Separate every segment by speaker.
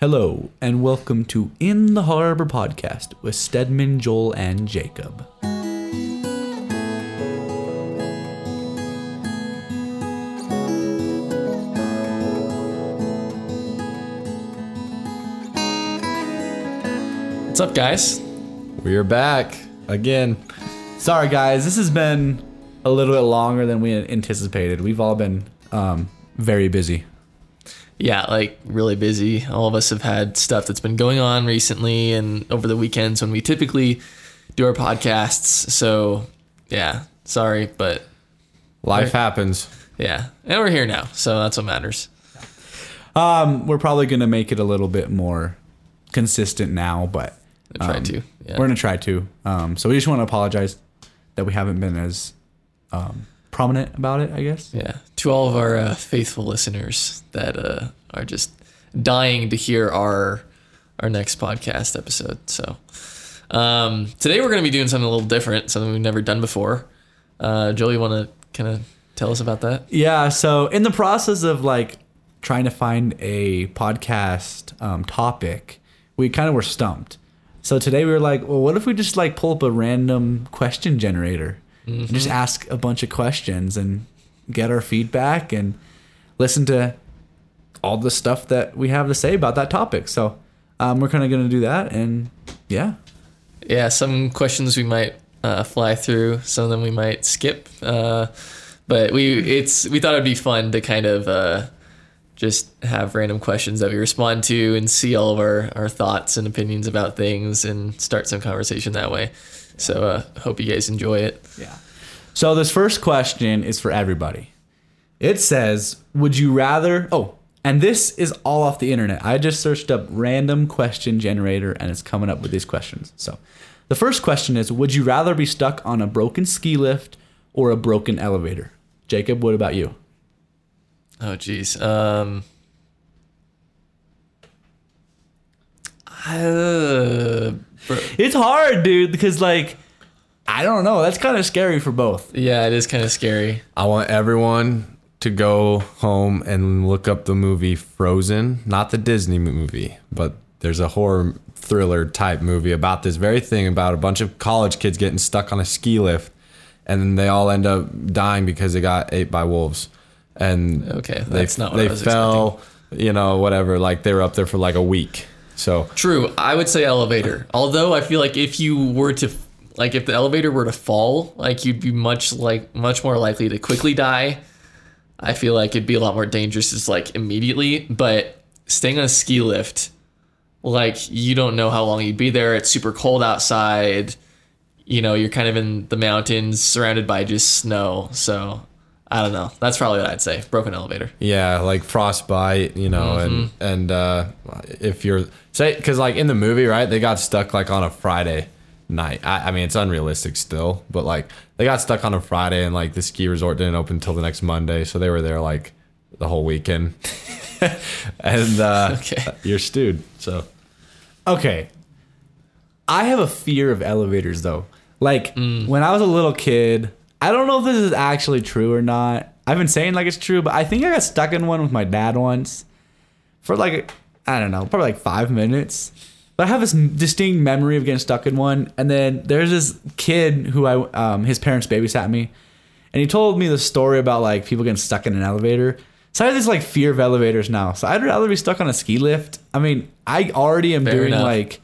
Speaker 1: Hello, and welcome to In the Harbor podcast with Stedman, Joel, and Jacob.
Speaker 2: What's up, guys?
Speaker 3: We are back again.
Speaker 1: Sorry, guys, this has been a little bit longer than we anticipated. We've all been um, very busy.
Speaker 2: Yeah, like really busy. All of us have had stuff that's been going on recently and over the weekends when we typically do our podcasts. So, yeah, sorry, but
Speaker 3: Life happens.
Speaker 2: yeah. And we're here now, so that's what matters.
Speaker 1: Um, we're probably going to make it a little bit more consistent now, but
Speaker 2: I tried to. Yeah.
Speaker 1: we're going to try to. Um, so we just want to apologize that we haven't been as um, prominent about it, I guess.
Speaker 2: yeah. To all of our uh, faithful listeners that uh, are just dying to hear our our next podcast episode. So, um, today we're going to be doing something a little different, something we've never done before. Uh, Joel, you want to kind of tell us about that?
Speaker 1: Yeah. So in the process of like trying to find a podcast um, topic, we kind of were stumped. So today we were like, well, what if we just like pull up a random question generator and just ask a bunch of questions and get our feedback and listen to all the stuff that we have to say about that topic. So um, we're kind of going to do that. And yeah,
Speaker 2: Yeah, some questions we might uh, fly through, some of them we might skip. Uh, but we it's we thought it'd be fun to kind of uh, just have random questions that we respond to and see all of our, our thoughts and opinions about things and start some conversation that way. So uh, hope you guys enjoy it.
Speaker 1: Yeah. So this first question is for everybody. It says, "Would you rather?" Oh, and this is all off the internet. I just searched up random question generator, and it's coming up with these questions. So, the first question is, "Would you rather be stuck on a broken ski lift or a broken elevator?" Jacob, what about you?
Speaker 2: Oh geez. Um, uh, bro-
Speaker 1: It's hard, dude, because like, I don't know. That's kind of scary for both.
Speaker 2: yeah, it is kind of scary.
Speaker 3: I want everyone to go home and look up the movie Frozen, not the Disney movie, but there's a horror thriller type movie about this very thing about a bunch of college kids getting stuck on a ski lift and then they all end up dying because they got ate by wolves. And
Speaker 2: Okay,
Speaker 3: they,
Speaker 2: that's not what I
Speaker 3: they
Speaker 2: was
Speaker 3: fell, you know, whatever, like they were up there for like a week. So
Speaker 2: True. I would say elevator. Although I feel like if you were to like if the elevator were to fall, like you'd be much like much more likely to quickly die. I feel like it'd be a lot more dangerous just like immediately, but staying on a ski lift, like you don't know how long you'd be there. It's super cold outside. You know, you're kind of in the mountains surrounded by just snow. So I don't know. That's probably what I'd say. Broken elevator.
Speaker 3: Yeah, like frostbite, you know, and and uh, if you're say because like in the movie, right? They got stuck like on a Friday night. I, I mean, it's unrealistic still, but like they got stuck on a Friday, and like the ski resort didn't open until the next Monday, so they were there like the whole weekend. and uh,
Speaker 2: Okay.
Speaker 3: you're stewed. So
Speaker 1: Okay. I have a fear of elevators though. Like
Speaker 2: Mm.
Speaker 1: when I was a little kid, I don't know if this is actually true or not. I've been saying like it's true, but I think I got stuck in one with my dad once for like I don't know, probably like 5 minutes. But I have this distinct memory of getting stuck in one and then there's this kid who I um his parents babysat me and he told me the story about like people getting stuck in an elevator. So I have this like fear of elevators now. So I'd rather be stuck on a ski lift. I mean, I already am
Speaker 2: Fair
Speaker 1: doing
Speaker 2: enough.
Speaker 1: like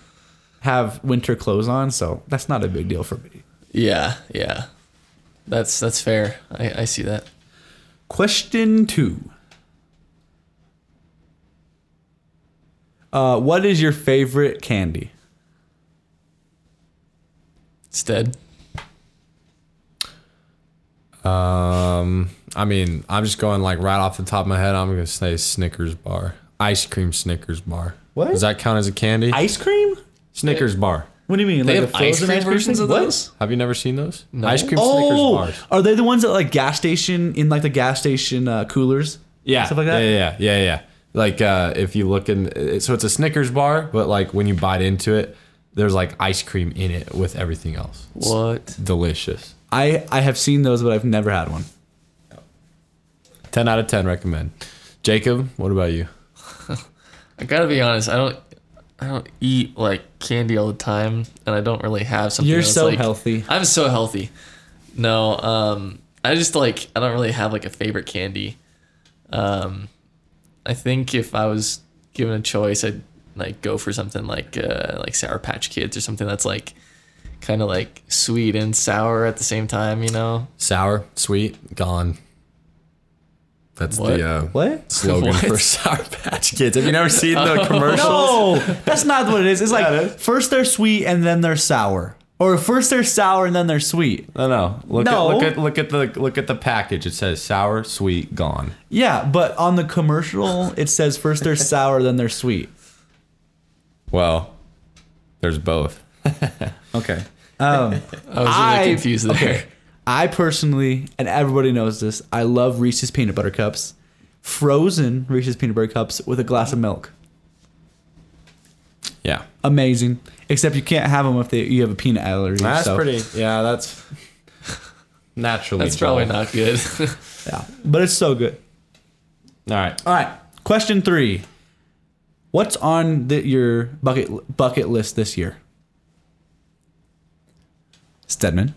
Speaker 1: have winter clothes on, so that's not a big deal for me.
Speaker 2: Yeah, yeah. That's that's fair. I, I see that.
Speaker 1: Question two. Uh, what is your favorite candy?
Speaker 2: It's dead.
Speaker 3: um, I mean, I'm just going like right off the top of my head. I'm gonna say Snickers bar, ice cream Snickers bar.
Speaker 1: What?
Speaker 3: does that count as a candy?
Speaker 1: Ice cream?
Speaker 3: Snickers bar.
Speaker 1: What do you mean?
Speaker 2: They
Speaker 1: like
Speaker 2: have
Speaker 1: the
Speaker 2: ice
Speaker 1: frozen
Speaker 2: cream versions
Speaker 1: thing?
Speaker 2: of
Speaker 1: What?
Speaker 2: those?
Speaker 3: Have you never seen those?
Speaker 2: No.
Speaker 3: Ice cream Snickers
Speaker 1: Oh,
Speaker 3: bars.
Speaker 1: are they the ones that like gas station in like the gas station uh, coolers?
Speaker 3: Yeah.
Speaker 1: stuff like that.
Speaker 3: Yeah, yeah, yeah, yeah. Like uh, if you look in, it- so it's a Snickers bar, but like when you bite into it, there's like ice cream in it with everything else. It's
Speaker 2: What?
Speaker 3: delicious.
Speaker 1: I I have seen those, but I've never had one.
Speaker 3: Ten out of ten recommend. Jacob, what about you?
Speaker 2: I gotta be honest. I don't. I don't eat like candy all the time, and I don't really have something.
Speaker 1: You're
Speaker 2: that's,
Speaker 1: so
Speaker 2: like-
Speaker 1: healthy.
Speaker 2: I'm so healthy. No, um, I just like I don't really have like a favorite candy. Um, I think if I was given a choice, I'd like go for something like uh, like Sour Patch Kids or something that's like kind of like sweet and sour at the same time. You know,
Speaker 3: Sour, sweet, gone. That's
Speaker 2: What?
Speaker 3: the uh,
Speaker 1: What?
Speaker 3: slogan
Speaker 2: What?
Speaker 3: for Sour Patch Kids. Have you never seen the commercial?
Speaker 1: No, that's not what it is. It's like
Speaker 3: Yeah, it is.
Speaker 1: first they're sweet and then they're sour, or first they're sour and then they're sweet.
Speaker 3: No, no. Look
Speaker 1: No.
Speaker 3: at look at look at the look at the package. It says sour, sweet, gone.
Speaker 1: Yeah, but on the commercial it says first they're sour, then they're sweet.
Speaker 3: Well, there's both.
Speaker 1: Okay.
Speaker 2: I was
Speaker 1: I-
Speaker 2: really confused there.
Speaker 1: I personally, and everybody knows this, I love Reese's peanut butter cups, frozen Reese's peanut butter cups with a glass of milk.
Speaker 3: Yeah.
Speaker 1: Amazing. Except you can't have them if they, you have a peanut allergy.
Speaker 3: That's
Speaker 1: so-
Speaker 3: pretty. Yeah, that's naturally.
Speaker 2: That's probably
Speaker 3: dull.
Speaker 2: not good.
Speaker 1: Yeah, but it's so good.
Speaker 3: All right.
Speaker 1: All right. Question three. What's on the, your bucket bucket list this year? Stedman.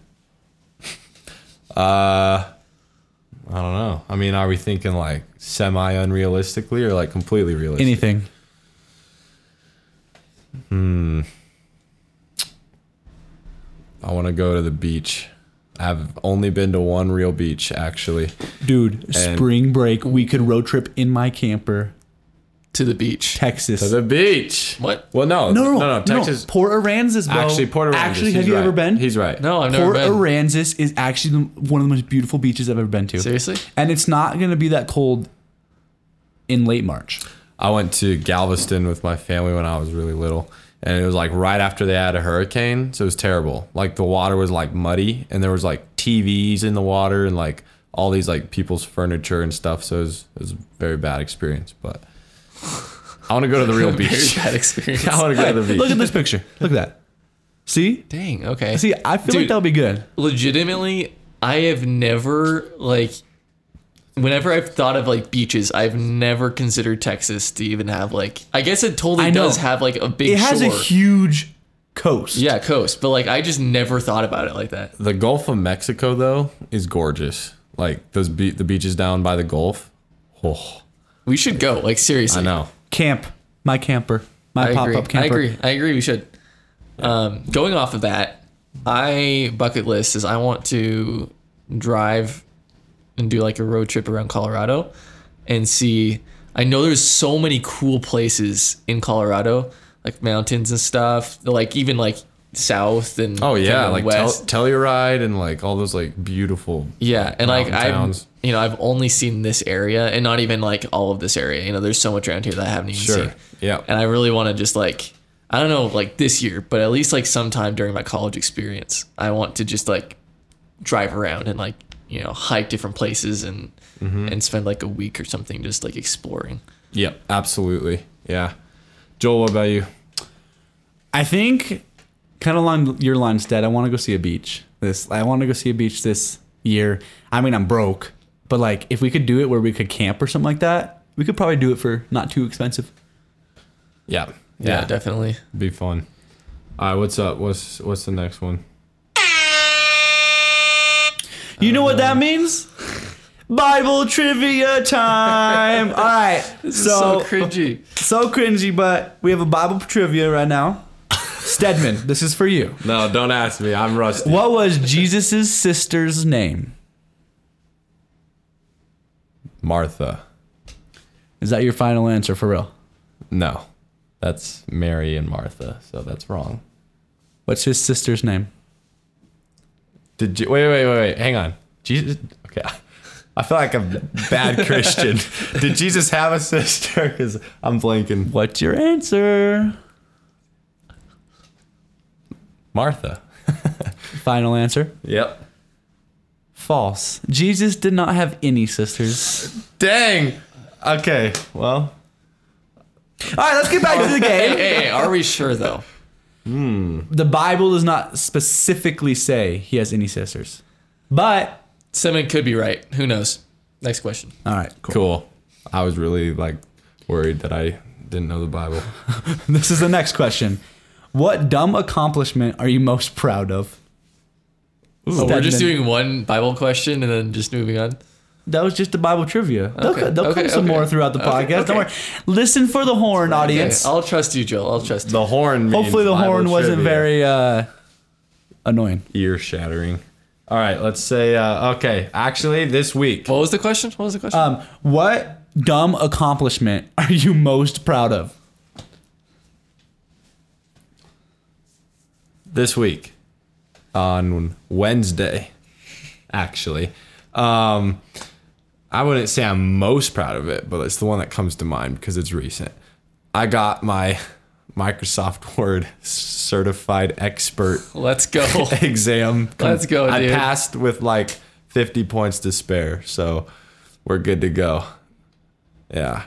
Speaker 3: Uh, I don't know. I mean, are we thinking like semi unrealistically or like completely realistic?
Speaker 1: Anything.
Speaker 3: I want to go to the beach. I've only been to one real beach actually.
Speaker 1: Dude, spring break, we could road trip in my camper,
Speaker 2: to the beach.
Speaker 1: Texas.
Speaker 3: To the beach.
Speaker 2: What?
Speaker 3: Well, no,
Speaker 1: no, no,
Speaker 3: no, Texas.
Speaker 1: Port Aransas, bro.
Speaker 3: actually, Puerto Aransas.
Speaker 1: Actually,
Speaker 3: he's
Speaker 1: have you
Speaker 3: right.
Speaker 1: ever been?
Speaker 3: He's right.
Speaker 2: No, I've never
Speaker 1: Port
Speaker 2: been.
Speaker 1: Aransas is actually the, one of the most beautiful beaches I've ever been to.
Speaker 2: Seriously?
Speaker 1: And it's not going to be that cold in late March.
Speaker 3: I went to Galveston with my family when I was really little. And it was like right after they had a hurricane. So it was terrible. Like the water was like muddy and there was like TVs in the water and like all these like people's furniture and stuff. So it was, it was a very bad experience. But I want to go to the real beach.
Speaker 2: Very bad experience.
Speaker 3: I want to go to the
Speaker 1: Look
Speaker 3: beach.
Speaker 1: at this picture. Look at that. See?
Speaker 2: Dang. Okay.
Speaker 1: See, I feel like
Speaker 2: Dude.
Speaker 1: that'll be good.
Speaker 2: legitimately i have never like whenever i've thought of like beaches i've never considered texas to even have like i guess it totally
Speaker 1: I know.
Speaker 2: does have like a big
Speaker 1: It has a
Speaker 2: shore
Speaker 1: huge coast.
Speaker 2: yeah coast but like i just never thought about it like that
Speaker 3: The Gulf of Mexico, though, is gorgeous. Like those be- the beaches down by the Gulf. Oh,
Speaker 2: we should go like seriously
Speaker 3: I know.
Speaker 1: Camp. My camper. My
Speaker 2: I
Speaker 1: pop
Speaker 2: agree.
Speaker 1: up camper.
Speaker 2: I agree. I agree. We should. Um, going off of that, I bucket list is I want to drive and do like a road trip around Colorado and see. I know there's so many cool places in Colorado, like mountains and stuff. Like even like south and
Speaker 3: Oh yeah,
Speaker 2: kind of
Speaker 3: like tel-
Speaker 2: west.
Speaker 3: Telluride and like all those like beautiful.
Speaker 2: Yeah, and like
Speaker 3: mountain
Speaker 2: I,
Speaker 3: towns.
Speaker 2: you know, I've only seen this area, and not even like all of this area. You know, there's so much around here that I haven't even
Speaker 3: Sure.
Speaker 2: seen.
Speaker 3: Yeah.
Speaker 2: and I really want to just like, I don't know, like this year, but at least like sometime during my college experience, I want to just like drive around and like you know hike different places and and spend like a week or something just like exploring.
Speaker 3: Yep, absolutely. Yeah, Joel, what about you?
Speaker 1: I think kind of along your lines, Dad. I want to go see a beach. This I want to go see a beach this year. I mean, I'm broke, but like if we could do it where we could camp or something like that, we could probably do it for not too expensive.
Speaker 3: Yeah,
Speaker 2: Yeah, definitely.
Speaker 3: be fun. All right, what's up? What's what's the next one?
Speaker 1: You know what that means? Bible trivia time. All right.
Speaker 2: So,
Speaker 1: So
Speaker 2: cringy.
Speaker 1: so cringy, but we have a Bible trivia right now. Stedman, this is for you.
Speaker 3: No, don't ask me. I'm rusty.
Speaker 1: What was Jesus' sister's name?
Speaker 3: Martha.
Speaker 1: Is that your final answer for real?
Speaker 3: No, that's Mary and Martha. So that's wrong.
Speaker 1: What's his sister's name?
Speaker 3: Did you? Wait, wait, wait, wait. Hang on. Jesus. Okay. I feel like a bad Christian. Did Jesus have a sister? Because I'm blanking.
Speaker 1: What's your answer?
Speaker 3: Martha.
Speaker 1: Final answer.
Speaker 3: Yep.
Speaker 1: False. Jesus did not have any sisters.
Speaker 3: Dang. Okay. Well.
Speaker 1: All right, let's get back to the
Speaker 2: Hey,
Speaker 1: game.
Speaker 2: hey, hey, are we sure though?
Speaker 1: The Bible does not specifically say he has any sisters. But,
Speaker 2: Simon could be right. Who knows? Next question.
Speaker 1: all right, cool.
Speaker 3: Cool. I was really like worried that I didn't know the Bible.
Speaker 1: This is the next question. What dumb accomplishment are you most proud of?
Speaker 2: So we're just
Speaker 1: Stedman.
Speaker 2: doing one Bible question and then just moving on.
Speaker 1: That was just the Bible trivia. They'll,
Speaker 2: Okay,
Speaker 1: they'll
Speaker 2: okay,
Speaker 1: come some
Speaker 2: okay.
Speaker 1: more throughout the podcast.
Speaker 2: Okay,
Speaker 1: Don't worry.
Speaker 2: okay.
Speaker 1: Listen for the horn,
Speaker 2: Okay,
Speaker 1: audience.
Speaker 2: I'll trust you, Joel. I'll trust you.
Speaker 3: The horn. means
Speaker 1: Hopefully, the
Speaker 3: Bible
Speaker 1: horn wasn't
Speaker 3: trivia.
Speaker 1: very uh, annoying.
Speaker 3: ear shattering. All right, let's say. Uh, okay, actually, this week.
Speaker 2: What was the question? What was the question?
Speaker 1: Um, what dumb accomplishment are you most proud of?
Speaker 3: this week on Wednesday, actually. Um, I wouldn't say I'm most proud of it, but it's the one that comes to mind because it's recent. I got my Microsoft Word certified expert
Speaker 2: Let's go.
Speaker 3: exam.
Speaker 2: Let's go,
Speaker 3: I
Speaker 2: dude.
Speaker 3: passed with like 50 points to spare, so we're good to go. Yeah.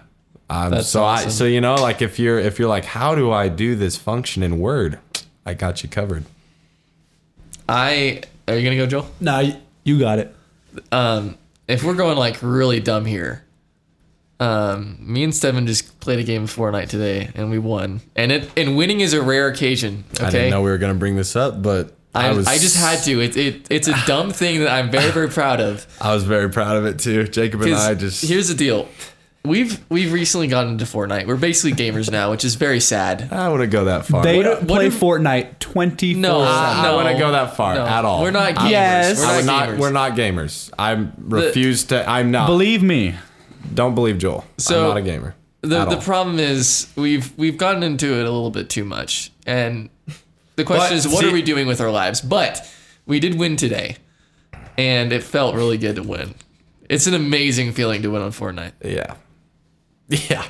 Speaker 3: Um,
Speaker 2: That's
Speaker 3: so I
Speaker 2: awesome.
Speaker 3: so you know like if you're if you're like how do I do this function in Word? I got you covered.
Speaker 2: I are you gonna go, Joel?
Speaker 1: No, y- you got it.
Speaker 2: Um, if we're going like really dumb here, um, me and Steven just played a game of Fortnite today and we won. And it and winning is a rare occasion. Okay.
Speaker 3: I didn't know we were gonna bring this up, but
Speaker 2: I,
Speaker 3: I, was
Speaker 2: I just had to. It, it it's a dumb thing that I'm very very proud of.
Speaker 3: I was very proud of it too. Jacob and
Speaker 2: 'Cause
Speaker 3: I just
Speaker 2: here's the deal. We've we've recently gotten into Fortnite. We're basically gamers now, which is very sad.
Speaker 3: I wouldn't go that far.
Speaker 1: They
Speaker 2: What- what
Speaker 1: play
Speaker 2: if-
Speaker 1: Fortnite 24
Speaker 2: No,
Speaker 3: I,
Speaker 2: no,
Speaker 3: I wouldn't go that far
Speaker 2: no.
Speaker 3: at all.
Speaker 2: We're not gamers.
Speaker 3: I-
Speaker 1: Yes.
Speaker 2: We're
Speaker 3: I would
Speaker 2: not
Speaker 3: not.
Speaker 2: gamers.
Speaker 3: We're not gamers. I refuse to. I'm not.
Speaker 1: Believe me.
Speaker 3: don't believe Joel.
Speaker 2: So,
Speaker 3: I'm not a gamer.
Speaker 2: the
Speaker 3: at
Speaker 2: the
Speaker 3: all.
Speaker 2: problem is we've we've gotten into it a little bit too much, and the question
Speaker 3: But,
Speaker 2: is what
Speaker 3: see-
Speaker 2: are we doing with our lives? But we did win today, and it felt really good to win. It's an amazing feeling to win on Fortnite.
Speaker 3: Yeah. Yeah.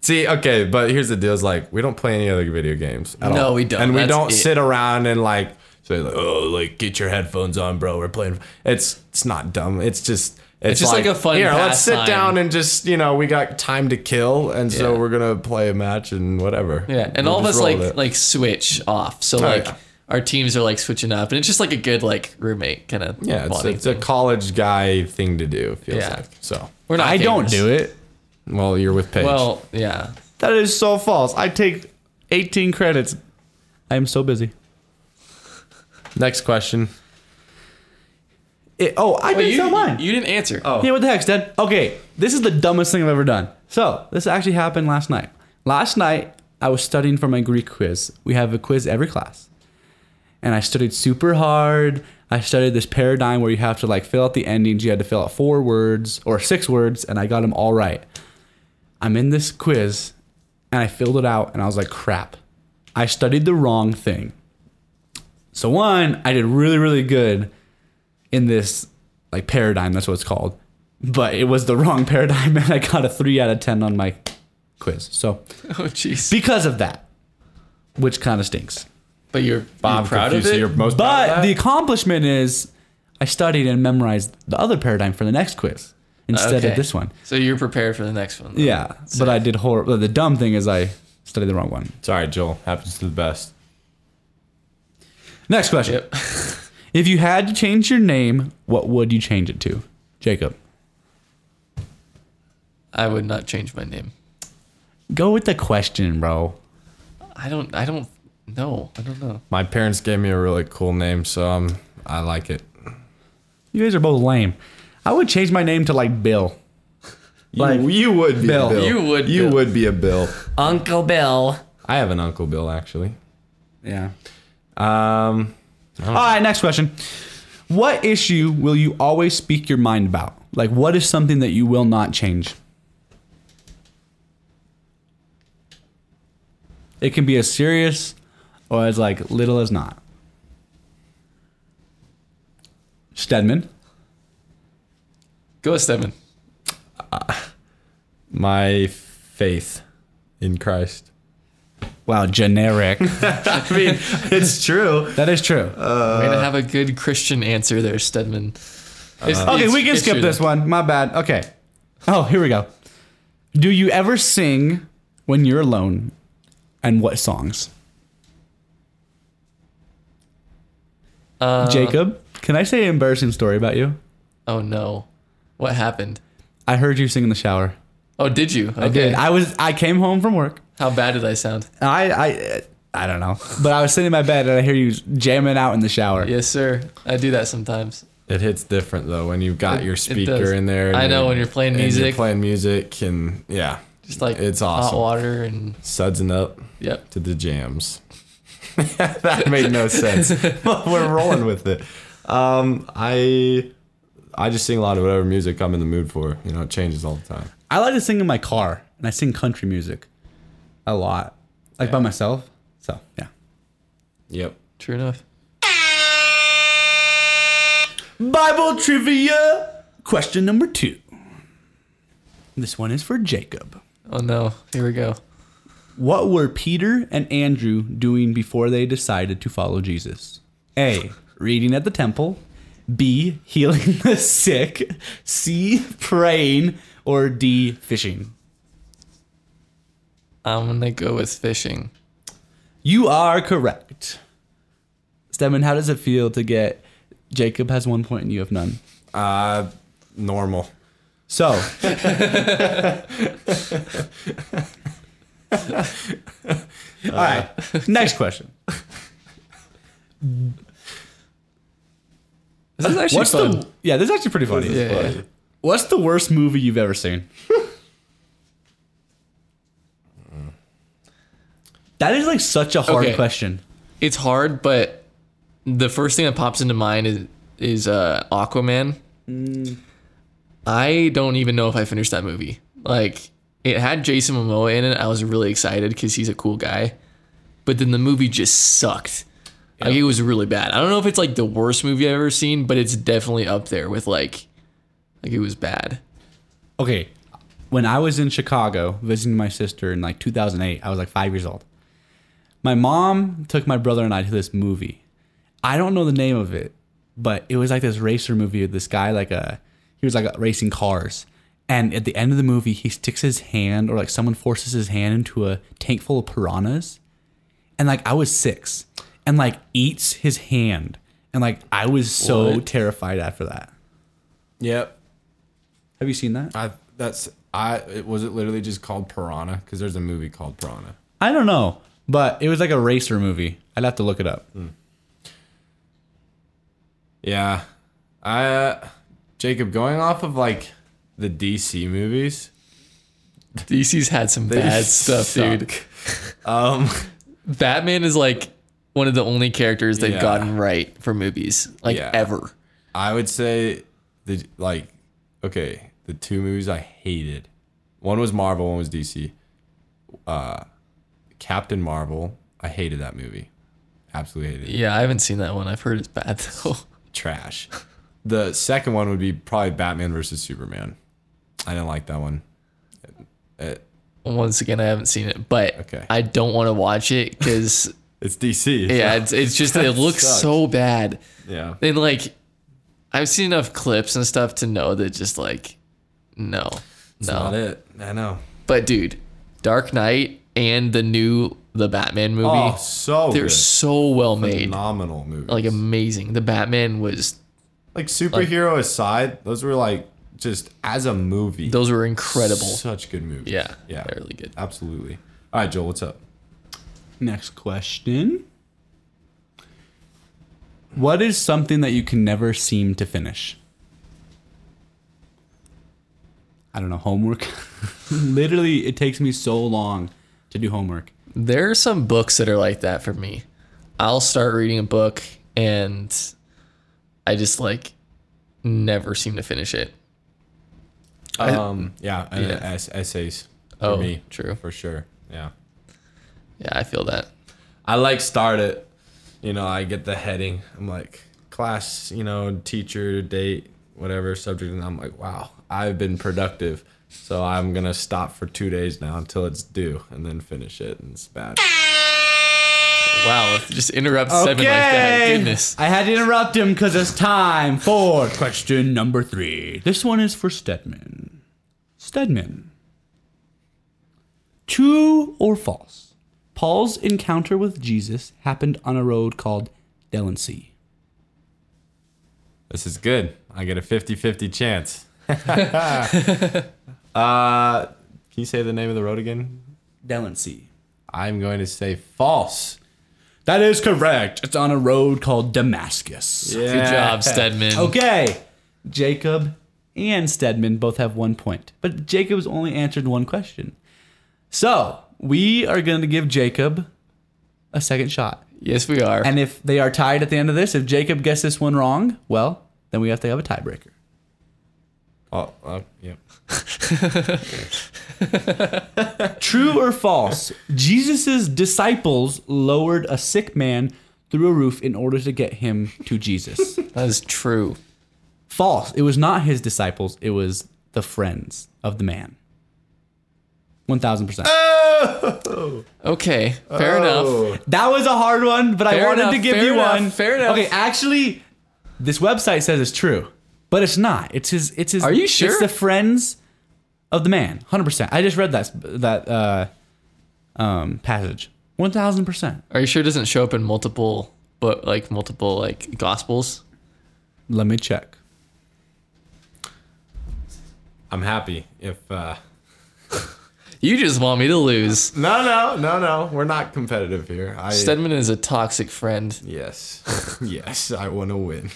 Speaker 3: See, okay, but here's the deal: is like we don't play any other video games at
Speaker 2: No,
Speaker 3: all.
Speaker 2: we don't.
Speaker 3: and we
Speaker 2: That's
Speaker 3: don't
Speaker 2: it.
Speaker 3: sit around and like say like, oh, like get your headphones on, bro. We're playing. It's it's not dumb. It's just it's,
Speaker 2: just like a fun
Speaker 3: Here, let's sit
Speaker 2: pastime."
Speaker 3: down and just you know we got time to kill, and so
Speaker 2: Yeah.
Speaker 3: we're gonna play a match and whatever.
Speaker 2: Yeah, and
Speaker 3: We'll
Speaker 2: all of us
Speaker 3: just roll
Speaker 2: like
Speaker 3: with it. Oh,
Speaker 2: like switch off, so like
Speaker 3: yeah.
Speaker 2: our teams are like switching up, and it's just like a good like roommate kind of
Speaker 3: yeah, it's, it's a college guy thing to do. It feels
Speaker 2: Yeah.
Speaker 3: like so.
Speaker 2: We're not.
Speaker 1: I don't
Speaker 2: gamers.
Speaker 1: do it.
Speaker 3: Well, you're with Paige.
Speaker 2: Well, yeah.
Speaker 1: That is so false. I take 18 credits. I am so busy.
Speaker 3: next question.
Speaker 1: It, oh, I
Speaker 2: Wait,
Speaker 1: did
Speaker 2: you,
Speaker 1: so Oh. mine.
Speaker 2: you didn't answer.
Speaker 1: Yeah, what the heck, Dad? Okay, this is the dumbest thing I've ever done. So, this actually happened last night. Last night, I was studying for my Greek quiz. We have a quiz every class. And I studied super hard. I studied this paradigm where you have to like fill out the endings. You had to fill out four words or six words, and I got them all right. I'm in this quiz, and I filled it out, and I was like, crap. I studied the wrong thing. So, one, I did really, really good in this like paradigm. That's what it's called. But it was the wrong paradigm, and I got a three out of ten on my quiz. So
Speaker 2: Oh jeez.
Speaker 1: because of that, which kind of stinks.
Speaker 2: But you're,
Speaker 3: I'm
Speaker 2: you're proud
Speaker 3: confused.
Speaker 2: of
Speaker 3: So
Speaker 2: it.
Speaker 3: You're most proud of
Speaker 1: But
Speaker 3: that?
Speaker 1: the accomplishment is, I studied and memorized the other paradigm for the next quiz instead
Speaker 2: Okay.
Speaker 1: of this one.
Speaker 2: So you're prepared for the next one. though.
Speaker 1: Yeah, but I did horrible. The dumb thing is I studied the wrong one.
Speaker 3: Sorry, Joel. Happens to the best.
Speaker 1: Next question:
Speaker 2: Yep.
Speaker 1: If you had to change your name, what would you change it to? Jacob,
Speaker 2: I would not change my name.
Speaker 1: go with the question, bro.
Speaker 2: I don't. I don't know. I don't know.
Speaker 3: My parents gave me a really cool name, so um, I like it.
Speaker 1: You guys are both lame. I would change my name to like Bill. Like-
Speaker 3: you, you would be
Speaker 1: Bill.
Speaker 3: a Bill.
Speaker 2: You would
Speaker 3: You
Speaker 2: Bill.
Speaker 3: would be a Bill.
Speaker 1: Uncle Bill.
Speaker 3: I have an uncle Bill actually.
Speaker 1: Yeah.
Speaker 3: Um,
Speaker 1: All right, next question. What issue will you always speak your mind about? Like, what is something that you will not change? It can be as serious or as like little as not. Stedman.
Speaker 2: Go, Stephen.
Speaker 3: my faith in Christ.
Speaker 1: Wow, generic.
Speaker 3: I mean, it's true.
Speaker 1: that is true.
Speaker 2: We're gonna have a good Christian answer there, Stedman. It's-
Speaker 1: Uh, Okay,
Speaker 2: it's-
Speaker 1: we can
Speaker 2: it's
Speaker 1: skip
Speaker 2: your
Speaker 1: this
Speaker 2: name.
Speaker 1: one. My bad. Okay. Oh, here we go. Do you ever sing when you're alone? And what songs?
Speaker 2: Uh,
Speaker 1: Jacob, can I say an embarrassing story about you?
Speaker 2: Oh no, what happened?
Speaker 1: I heard you sing in the shower.
Speaker 2: Oh, did you? Okay.
Speaker 1: I was I came home from work
Speaker 2: How bad did I sound?
Speaker 1: I I I don't know. But I was sitting in my bed and I hear you jamming out in the shower.
Speaker 2: Yes, sir. I do that sometimes.
Speaker 3: It hits different though when you've got
Speaker 2: It-
Speaker 3: your
Speaker 2: it
Speaker 3: speaker
Speaker 2: does.
Speaker 3: in there. and
Speaker 2: I know, when you're playing
Speaker 3: and
Speaker 2: music.
Speaker 3: playing music, and yeah,
Speaker 2: Just like
Speaker 3: it's
Speaker 2: hot
Speaker 3: awesome.
Speaker 2: water and
Speaker 3: Sudsing up
Speaker 2: yep.
Speaker 3: to the jams. that made no sense. But We're rolling with it. Um, I I just sing a lot of whatever music I'm in the mood for. You know, it changes all the time.
Speaker 1: I like to sing in my car and I sing country music a lot. Like by myself. So yeah.
Speaker 3: Yep.
Speaker 2: True enough.
Speaker 1: Bible trivia question number two. This one is for Jacob.
Speaker 2: Oh no, here we go.
Speaker 1: What were Peter and Andrew doing before they decided to follow Jesus? A. Reading at the temple. B. Healing the sick. C. Praying. Or D. Fishing.
Speaker 2: I'm gonna go with fishing.
Speaker 1: You are correct. Stemmen, how does it feel to get Jacob has one point and you have none?
Speaker 3: Uh, normal.
Speaker 1: So, all right. Next question.
Speaker 2: This is actually
Speaker 1: What's
Speaker 2: fun.
Speaker 1: the yeah? This is actually pretty funny.
Speaker 2: Yeah, yeah, yeah.
Speaker 1: What's the worst movie you've ever seen? that is like such a hard
Speaker 2: Okay.
Speaker 1: question.
Speaker 2: It's hard, but the first thing that pops into mind is is uh, Aquaman. I don't even know if I finished that movie. Like it had Jason Momoa in it. I was really excited because he's a cool guy, but then the movie just sucked. Like it was really bad. I don't know if it's like the worst movie I've ever seen, but it's definitely up there with like, like it was bad.
Speaker 1: okay when i was in chicago visiting my sister in like 2008 i was like five years old my mom took my brother and i to this movie i don't know the name of it but it was like this racer movie of this guy like a he was like racing cars and at the end of the movie he sticks his hand or like someone forces his hand into a tank full of piranhas and like i was six and like eats his hand and like i was so
Speaker 2: What?
Speaker 1: terrified after that
Speaker 3: Yep.
Speaker 1: have you seen that
Speaker 3: I that's I it, was it literally just called Piranha because there's a movie called Piranha.
Speaker 1: I don't know, but it was like a racer movie. I'd have to look it up.
Speaker 3: Yeah, I uh, Jacob going off of like the DC movies.
Speaker 2: DC's had some bad stuff, dude.
Speaker 3: Um,
Speaker 2: Batman is like one of the only characters they've
Speaker 3: Yeah.
Speaker 2: gotten right for movies, like
Speaker 3: Yeah.
Speaker 2: ever.
Speaker 3: I would say the like okay the two movies I hated. One was Marvel, one was DC. Uh, Captain Marvel, I hated that movie. Absolutely hated it.
Speaker 2: Yeah, I haven't seen that one. I've heard it's bad though.
Speaker 3: trash. The second one would be probably Batman versus Superman. I didn't like that one.
Speaker 2: Once again, I haven't seen it, but
Speaker 3: Okay.
Speaker 2: I don't want to watch it because
Speaker 3: It's DC.
Speaker 2: yeah, it's, it's just it looks
Speaker 3: sucks.
Speaker 2: so bad.
Speaker 3: Yeah.
Speaker 2: And like, I've seen enough clips and stuff to know that just like, no, no.
Speaker 3: Not it. I know.
Speaker 2: But dude, Dark Knight and the new the Batman movie,
Speaker 3: Oh, so
Speaker 2: they're
Speaker 3: good.
Speaker 2: so well made,
Speaker 3: phenomenal movies.
Speaker 2: like amazing. The Batman was
Speaker 3: like superhero aside, those were like just as a movie.
Speaker 2: Those were incredible.
Speaker 3: Such good movies.
Speaker 2: Yeah,
Speaker 3: Yeah.
Speaker 2: they're really good.
Speaker 3: Absolutely. All right, Joel, what's up?
Speaker 1: Next question. What is something that you can never seem to finish? I don't know, homework. Literally, it takes me so long to do homework.
Speaker 2: There are some books that are like that for me. I'll start reading a book and I just like never seem to finish it.
Speaker 3: Um, yeah, and
Speaker 2: Yeah.
Speaker 3: ess- essays for
Speaker 2: Oh,
Speaker 3: me,
Speaker 2: true.
Speaker 3: for sure. Yeah.
Speaker 2: Yeah, I feel that.
Speaker 3: I like start it. You know, I get the heading. I'm like class, you know, teacher, date, whatever subject, and I'm like, wow, I've been productive. So I'm gonna stop for two days now until it's due, and then finish it. And it's bad.
Speaker 2: Wow, it just interrupt seven like that. Goodness.
Speaker 1: I had to interrupt him because it's time for question number three. This one is for Stedman. Stedman. True or false? Paul's encounter with Jesus happened on a road called Delancey.
Speaker 3: This is good. I get a 50-50 chance. uh, can you say the name of the road again?
Speaker 1: Delancey.
Speaker 3: I'm going to say false.
Speaker 1: That is correct. It's on a road called Damascus.
Speaker 2: Good job, Stedman.
Speaker 1: Okay. Jacob and Stedman both have one point, but Jacob's only answered one question. So we are going to give Jacob a second shot.
Speaker 2: Yes, we are.
Speaker 1: And if they are tied at the end of this, if Jacob gets this one wrong, well, then we have to have a tiebreaker.
Speaker 3: Oh, uh, yeah.
Speaker 1: True or false? Jesus' disciples lowered a sick man through a roof in order to get him to Jesus.
Speaker 2: that is true.
Speaker 1: False. It was not his disciples. It was the friends of the man. One thousand percent.
Speaker 2: Okay,
Speaker 1: Oh.
Speaker 2: fair enough.
Speaker 1: That was a hard one, but I
Speaker 2: Fair
Speaker 1: wanted
Speaker 2: enough,
Speaker 1: to give
Speaker 2: fair
Speaker 1: you
Speaker 2: enough,
Speaker 1: one.
Speaker 2: fair enough.
Speaker 1: Okay, actually, this website says it's true, but it's not. It's his. It's his.
Speaker 2: Are you
Speaker 1: It's
Speaker 2: sure?
Speaker 1: the friends of the man. Hundred percent. I just read that that uh, um, passage. One thousand percent.
Speaker 2: Are you sure it doesn't show up in multiple, but like multiple like gospels?
Speaker 1: Let me check.
Speaker 3: I'm happy if. Uh,
Speaker 2: You just want me to lose.
Speaker 3: no, no, no, no. We're not competitive here. I.
Speaker 2: Stedman is a toxic friend.
Speaker 3: yes, yes. I want to win.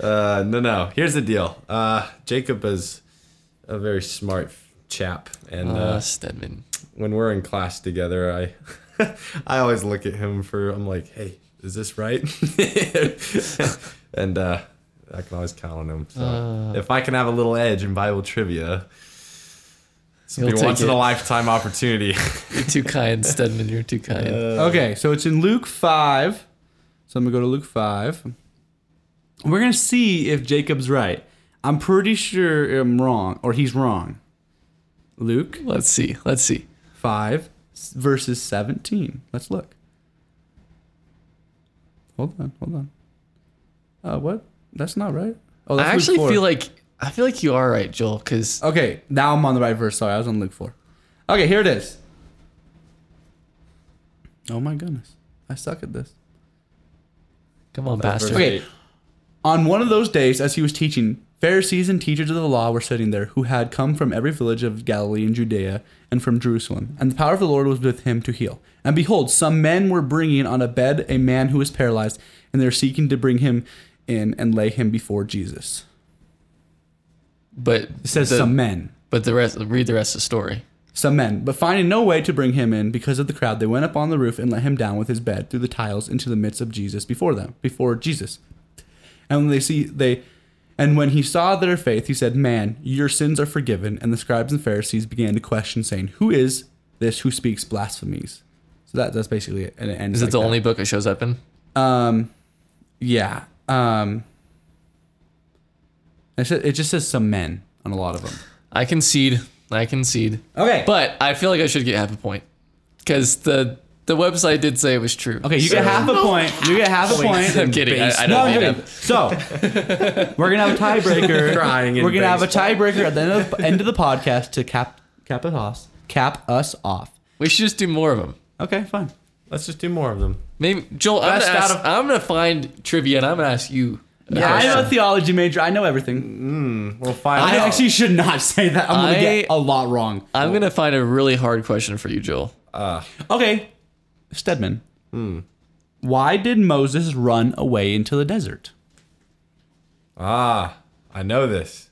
Speaker 3: uh, no, no. Here's the deal. Uh, Jacob is a very smart chap, and
Speaker 2: Uh,
Speaker 3: uh,
Speaker 2: Stedman.
Speaker 3: when we're in class together, I. I always look at him for. I'm like, hey, is this right? and uh, I can always count on him. So
Speaker 2: Uh.
Speaker 3: if I can have a little edge in Bible trivia, it's a
Speaker 2: He'll take
Speaker 3: once in
Speaker 2: it.
Speaker 3: a lifetime opportunity.
Speaker 2: You're too kind, Stedman. You're too kind.
Speaker 1: Okay, so it's in Luke 5. So I'm going to go to Luke 5. We're going to see if Jacob's right. I'm pretty sure I'm wrong, or he's wrong. Luke
Speaker 2: Let's see. Let's see.
Speaker 1: 5, s- verses 17. Let's look. Hold on, hold on. Uh, what? That's not right. Oh,
Speaker 2: I
Speaker 1: that's
Speaker 2: actually
Speaker 1: Luke 4.
Speaker 2: feel like I feel like you are right, Joel. Because
Speaker 1: Okay, now I'm on the right verse. Sorry, I was on Luke 4. Okay, here it is. Oh my goodness. I suck at this.
Speaker 2: come on, bastard.
Speaker 1: Okay. On one of those days, as he was teaching, Pharisees and teachers of the law were sitting there, who had come from every village of Galilee and Judea and from Jerusalem. And the power of the Lord was with him to heal. And behold, some men were bringing on a bed a man who was paralyzed, and they were seeking to bring him in and lay him before Jesus.
Speaker 2: But
Speaker 1: It says
Speaker 2: the,
Speaker 1: some men.
Speaker 2: But the rest. Read the rest of the story.
Speaker 1: Some men, but finding no way to bring him in because of the crowd, they went up on the roof and let him down with his bed through the tiles into the midst of Jesus before them, before Jesus. And when they see they and when he saw their faith, he said, Man, your sins are forgiven. And the scribes and Pharisees began to question, saying, Who is this who speaks blasphemies? So that, that's basically it. And it ends
Speaker 2: Is
Speaker 1: like
Speaker 2: it the
Speaker 1: that.
Speaker 2: only book it shows up in?
Speaker 1: Um, yeah. Um, it sa- it just says some men on a lot of them.
Speaker 2: I concede. I concede.
Speaker 1: Okay.
Speaker 2: But I feel like I should get half a point because the the website did say it was true.
Speaker 1: Okay, you get half a point. You get half a point.
Speaker 2: I'm kidding. I- I don't
Speaker 1: No, I'm
Speaker 2: need
Speaker 1: kidding.
Speaker 2: them.
Speaker 1: So we're gonna have a tiebreaker.
Speaker 3: Crying in
Speaker 1: We're gonna have a
Speaker 3: baseball.
Speaker 1: tiebreaker at the end of, end of the podcast to cap cap it off. Cap us off.
Speaker 2: We should just do more of them.
Speaker 1: Okay, fine.
Speaker 3: Let's just do more of them.
Speaker 2: Maybe Joel. I'm
Speaker 3: Best
Speaker 2: gonna, ask,
Speaker 3: out of-
Speaker 2: I'm gonna find trivia and I'm gonna ask you. a
Speaker 1: Yeah, I am
Speaker 2: question.
Speaker 1: a theology major. I know everything.
Speaker 3: We'll find
Speaker 1: I
Speaker 3: out.
Speaker 1: actually should not say that. I'm gonna
Speaker 2: I-
Speaker 1: get a lot wrong.
Speaker 2: I'm gonna find a really hard question for you, Joel.
Speaker 1: Okay, Stedman.
Speaker 2: Hmm.
Speaker 1: Why did Moses run away into the desert?
Speaker 3: ah, I know this.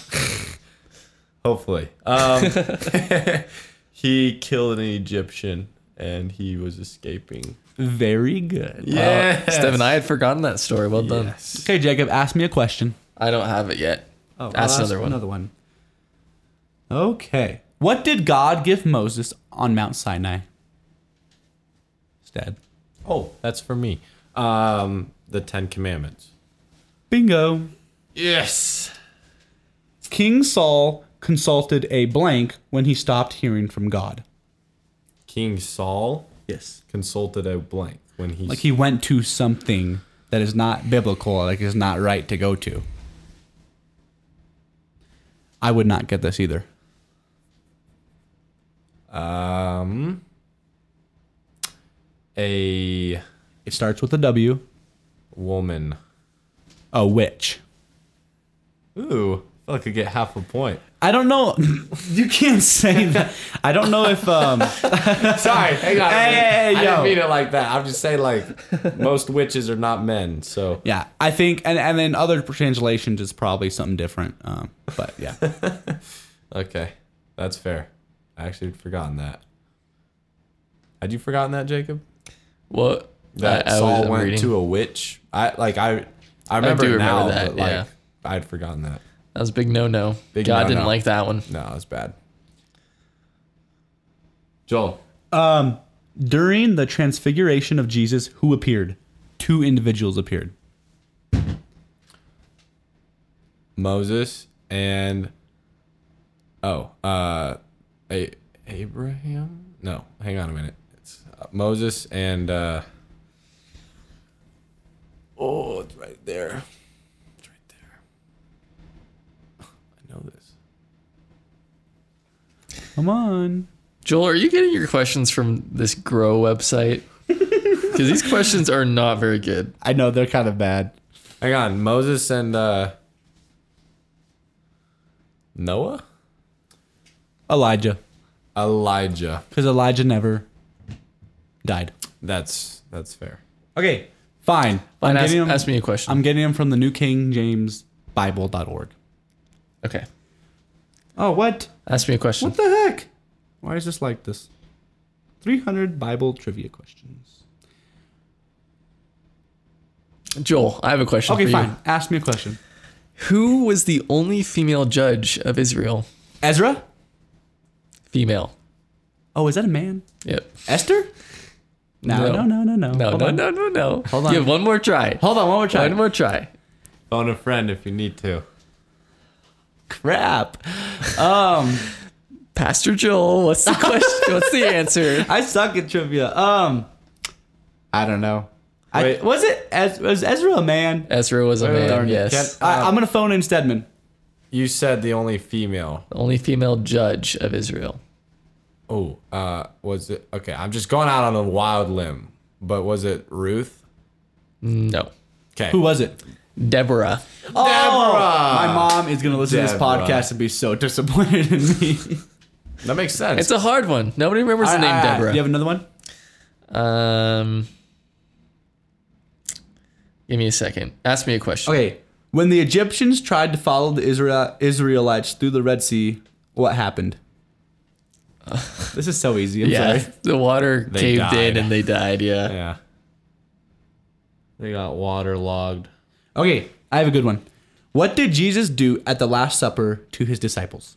Speaker 3: Hopefully, um, he killed an Egyptian and he was escaping.
Speaker 1: Very good.
Speaker 2: Yeah, Steven, I had forgotten that story. Well done.
Speaker 3: Yes.
Speaker 1: Okay, Jacob, ask me a question.
Speaker 2: I don't have it yet.
Speaker 1: Oh,
Speaker 2: That's
Speaker 1: I'll ask
Speaker 2: another one.
Speaker 1: Another one. Okay. What did God give Moses on Mount Sinai? Stead.
Speaker 3: Oh, that's for me. Um, the Ten Commandments.
Speaker 1: Bingo.
Speaker 3: Yes.
Speaker 1: King Saul consulted a blank when he stopped hearing from God.
Speaker 3: King Saul
Speaker 1: Yes.
Speaker 3: consulted a blank when he.
Speaker 1: Like he went to something that is not biblical, like is not right to go to. I would not get this either.
Speaker 3: um. A
Speaker 1: It starts with a W.
Speaker 3: woman.
Speaker 1: A witch.
Speaker 3: Ooh, I could get half a point.
Speaker 1: I don't know. you can't say that. I don't know if um.
Speaker 3: Sorry, hang on.
Speaker 1: Hey, hey, hey, yo.
Speaker 3: I didn't mean it like that. I'm just saying, like, most witches are not men, so
Speaker 1: Yeah, I think, and and then other translations is probably something different. Um, but yeah,
Speaker 3: okay, that's fair. I actually had forgotten that. Had you forgotten that, Jacob?
Speaker 2: What?
Speaker 3: That
Speaker 2: I- I
Speaker 3: Saul
Speaker 2: was- I'm
Speaker 3: went
Speaker 2: reading.
Speaker 3: to a witch. I like I, I remember,
Speaker 2: do
Speaker 3: it
Speaker 2: remember
Speaker 3: now,
Speaker 2: that,
Speaker 3: but like
Speaker 2: yeah.
Speaker 3: I'd forgotten that.
Speaker 2: That was a big no no.
Speaker 3: Big
Speaker 2: God didn't
Speaker 3: no-no.
Speaker 2: like that one.
Speaker 3: No, it was bad. Joel,
Speaker 1: during the transfiguration of Jesus, who appeared? Two individuals appeared.
Speaker 3: Moses, and oh, uh, a- Abraham. No, hang on a minute. It's uh, Moses and uh, oh, it's right there. It's right there. I know this.
Speaker 1: Come on.
Speaker 2: Joel, are you getting your questions from this Grow website? Because these questions are not very good.
Speaker 1: I know they're kind of bad.
Speaker 3: Hang on, Moses and uh, Noah,
Speaker 1: Elijah,
Speaker 3: Elijah.
Speaker 1: because Elijah never died.
Speaker 3: That's that's fair.
Speaker 1: Okay, fine. I'm
Speaker 2: Fine, ask,
Speaker 1: getting them.
Speaker 2: ask me a question.
Speaker 1: I'm getting them from the New King James Bible.org.
Speaker 2: okay.
Speaker 1: Oh, what?
Speaker 2: Ask me a question.
Speaker 1: What the heck? Why is this like this? 300 Bible trivia questions.
Speaker 2: Joel, I have a question
Speaker 1: Okay,
Speaker 2: for
Speaker 1: fine.
Speaker 2: you.
Speaker 1: Ask me a question.
Speaker 2: Who was the only female judge of Israel?
Speaker 1: Ezra?
Speaker 2: Female.
Speaker 1: Oh, is that a man?
Speaker 2: Yep.
Speaker 1: Esther? No, no,
Speaker 2: No.
Speaker 1: no, no, no.
Speaker 2: No,
Speaker 1: Hold
Speaker 2: no,
Speaker 1: on.
Speaker 2: no, no, no.
Speaker 1: Hold on.
Speaker 2: You have one more try.
Speaker 1: Hold on, one more try.
Speaker 2: One more try.
Speaker 3: Phone a friend if you need to.
Speaker 1: Crap. Um,
Speaker 2: Pastor Joel, what's the question? what's the answer?
Speaker 1: I suck at trivia. Um, I don't know. I,
Speaker 3: Wait.
Speaker 1: was it Ez- was Ezra a man?
Speaker 2: Ezra was a man.
Speaker 3: darn it.
Speaker 2: yes.
Speaker 3: Can't-
Speaker 1: I, I'm gonna phone in Stedman.
Speaker 3: You said the only female.
Speaker 2: Only female judge of Israel.
Speaker 3: Oh, uh, was it okay? I'm just going out on a wild limb, but was it Ruth?
Speaker 2: No.
Speaker 3: Okay,
Speaker 1: Who was it?
Speaker 2: Deborah.
Speaker 1: Oh,
Speaker 3: Deborah!
Speaker 1: my mom is gonna listen to this
Speaker 3: Deborah.
Speaker 1: podcast and be so disappointed in me.
Speaker 3: that makes sense.
Speaker 2: It's a hard one. Nobody remembers the
Speaker 1: All right, all
Speaker 2: name
Speaker 1: right, all right.
Speaker 2: Deborah.
Speaker 1: You have another one?
Speaker 2: Um, give me a second. Ask me a question.
Speaker 1: Okay. When the Egyptians tried to follow the Israel- Israelites through the Red Sea, what happened? this is so easy. I'm
Speaker 2: Yeah,
Speaker 1: sorry.
Speaker 2: the water caved
Speaker 3: died.
Speaker 2: in and they died. Yeah.
Speaker 3: yeah, they got waterlogged.
Speaker 1: Okay, I have a good one. What did Jesus do at the Last Supper to his disciples?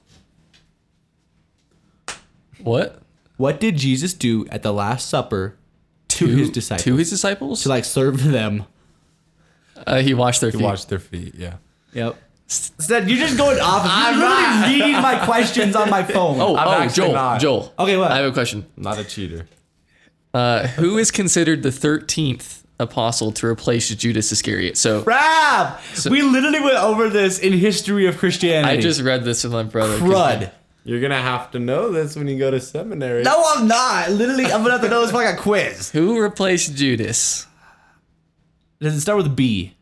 Speaker 2: What?
Speaker 1: What did Jesus do at the Last Supper to, his disciples?
Speaker 2: To his disciples?
Speaker 1: to like serve them.
Speaker 2: Uh, he washed their feet.
Speaker 3: Watch their feet. Yeah.
Speaker 1: Yep. Instead, you're just going off. I'm
Speaker 3: not.
Speaker 1: really reading my questions on my phone.
Speaker 2: oh,
Speaker 3: I'm
Speaker 2: oh,
Speaker 3: actually
Speaker 2: Joel.
Speaker 3: not.
Speaker 2: Joel.
Speaker 1: Okay, what?
Speaker 2: I have a question.
Speaker 3: Not a cheater.
Speaker 2: Uh, who is considered the thirteenth apostle to replace Judas Iscariot? So
Speaker 1: crap! we literally went over this in history of Christianity.
Speaker 2: I just read this with my brother. 'cause
Speaker 1: crud.
Speaker 3: You're gonna have to know this when you go to seminary.
Speaker 1: No, I'm not. Literally, I'm gonna have to know this for like a quiz.
Speaker 2: Who replaced Judas?
Speaker 1: Does it start with B?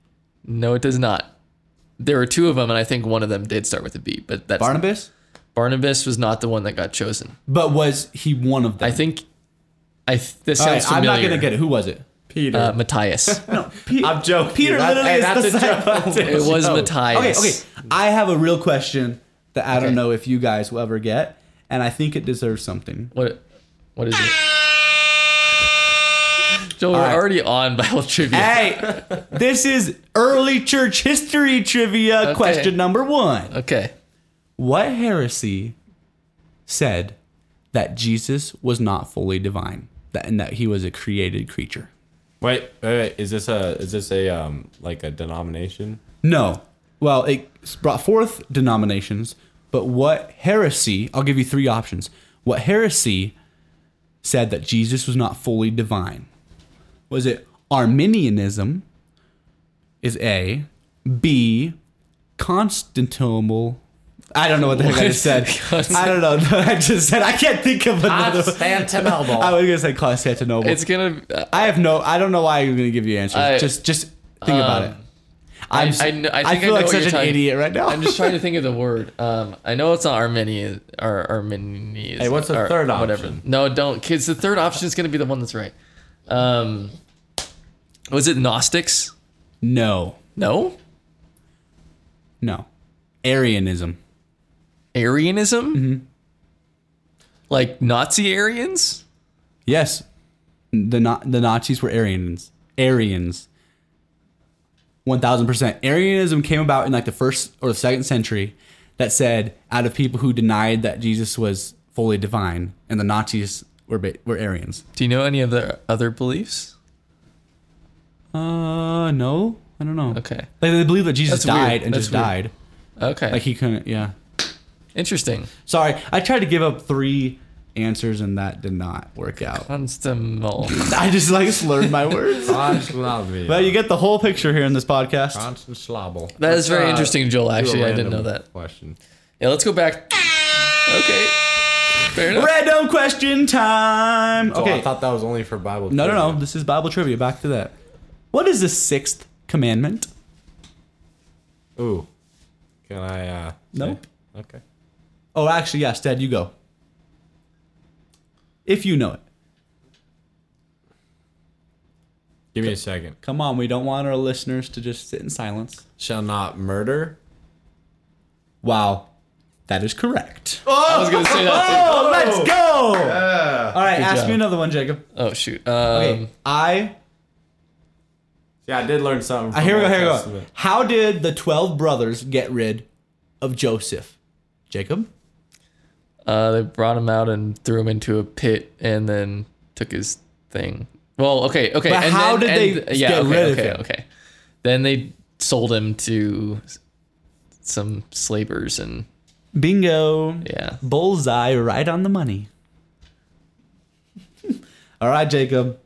Speaker 2: No, it does not. There were two of them, and I think one of them did start with a B. But that's
Speaker 1: Barnabas?
Speaker 2: Barnabas was not the one that got chosen.
Speaker 1: But was he one of them?
Speaker 2: I think I th- this
Speaker 1: All
Speaker 2: sounds
Speaker 1: right, I'm
Speaker 2: familiar.
Speaker 1: not gonna get it. Who was it?
Speaker 3: Peter.
Speaker 2: uh, Matthias.
Speaker 1: No, Pe-
Speaker 3: I'm joking.
Speaker 1: Peter
Speaker 3: That-
Speaker 1: literally
Speaker 3: hey,
Speaker 1: is
Speaker 3: that's
Speaker 1: the
Speaker 3: a joke.
Speaker 1: disciple.
Speaker 3: That's a
Speaker 2: it was
Speaker 3: joke.
Speaker 1: Okay,
Speaker 2: Matthias.
Speaker 1: okay. I have a real question that I don't
Speaker 2: Okay.
Speaker 1: know if you guys will ever get, and I think it deserves something.
Speaker 2: What? What is it? Joel, we're
Speaker 1: All right.
Speaker 2: already on Bible trivia.
Speaker 1: Hey, this is early church history trivia question number one.
Speaker 2: okay.
Speaker 1: What heresy said that Jesus was not fully divine that, and that he was a created creature?
Speaker 3: Wait, wait, wait. Is this a is this a um like a denomination?
Speaker 1: No. Well, it brought forth denominations, but what heresy, I'll give you three options. What heresy said that Jesus was not fully divine? Was it Arminianism? Is A. B. Constantinople. I don't know what the heck I just said. I don't know. I just said I can't think of another.
Speaker 3: Constantinople.
Speaker 1: I was gonna say Constantinople.
Speaker 2: It's gonna. Uh,
Speaker 1: I have no. I don't know why I'm gonna give you answers.
Speaker 2: I-
Speaker 1: just, just think about
Speaker 2: um,
Speaker 1: it. I'm,
Speaker 2: I-
Speaker 1: s-
Speaker 2: I kn- I
Speaker 1: I
Speaker 2: think I
Speaker 1: feel
Speaker 2: know
Speaker 1: like
Speaker 2: what
Speaker 1: such
Speaker 2: you're
Speaker 1: an
Speaker 2: talking-
Speaker 1: idiot right now.
Speaker 2: I'm just trying to think of the word. Um, I know it's not Armenian or Armenian.
Speaker 3: Hey, what's the
Speaker 2: or
Speaker 3: third
Speaker 2: Whatever.
Speaker 3: option?
Speaker 2: No, don't. Kids, the third option is going to be the one that's right. Um, was it Gnostics?
Speaker 1: no,
Speaker 2: No.
Speaker 1: no, Arianism.
Speaker 2: Arianism?
Speaker 1: Mm-hmm.
Speaker 2: Like Nazi Aryans?
Speaker 1: Yes, the Na- the Nazis were Arians. Arians. One thousand percent. Arianism came about in like the first or the second century. That said, out of people who denied that Jesus was fully divine, and the Nazis were ba- were Arians.
Speaker 2: Do you know any of their other beliefs?
Speaker 1: Uh, no, I don't know.
Speaker 2: Okay.
Speaker 1: Like they believe that Jesus
Speaker 2: That's weird.
Speaker 1: died and
Speaker 2: That's
Speaker 1: just
Speaker 2: weird.
Speaker 1: died.
Speaker 2: Okay.
Speaker 1: Like he couldn't. Yeah.
Speaker 2: Interesting.
Speaker 1: Sorry, I tried to give up three answers and that did not work out.
Speaker 2: Constable.
Speaker 1: I just like slurred my words.
Speaker 3: Yugoslavia.
Speaker 1: But you get the whole picture here in this podcast.
Speaker 3: Constant slobble.
Speaker 2: That is
Speaker 1: uh,
Speaker 2: very interesting, Joel. uh, Actually, I didn't know that.
Speaker 3: Question.
Speaker 2: Yeah, let's go back. Okay. Fair enough.
Speaker 1: Random question time.
Speaker 3: Okay.
Speaker 1: Okay.
Speaker 3: I thought that was only for Bible.
Speaker 1: No, no, no.
Speaker 3: trivia.
Speaker 1: This is Bible trivia. Back to that. What is the sixth commandment?
Speaker 3: Ooh. Can I? uh
Speaker 1: No.
Speaker 3: say- Okay.
Speaker 1: Oh, actually, yes, Dad, you go. If you know it.
Speaker 3: Give me a second.
Speaker 1: Come on, we don't want our listeners to just sit in silence.
Speaker 3: Shall not murder.
Speaker 1: Wow. That is correct. Oh,
Speaker 2: I was gonna say that. Too. Oh,
Speaker 1: let's go. All right, ask
Speaker 2: job.
Speaker 1: me another one, Jacob.
Speaker 2: Oh shoot. Um,
Speaker 1: Okay, I
Speaker 3: Yeah, I did learn something.
Speaker 1: Uh,
Speaker 2: Ah,
Speaker 3: From
Speaker 1: here we go.
Speaker 3: Old
Speaker 1: Here we go.
Speaker 3: Testament.
Speaker 1: How did the twelve brothers get rid of Joseph? Jacob.
Speaker 2: Uh, they brought him out and threw him into a pit, and then took his thing. Well, okay, okay.
Speaker 1: But
Speaker 2: and
Speaker 1: how
Speaker 2: then,
Speaker 1: did
Speaker 2: and,
Speaker 1: they
Speaker 2: yeah,
Speaker 1: get
Speaker 2: okay,
Speaker 1: rid of
Speaker 2: okay,
Speaker 1: him?
Speaker 2: Okay. Then they sold him to s- some slavers, and
Speaker 1: Bingo.
Speaker 2: yeah.
Speaker 1: Bullseye, right on the money. All right, Jacob.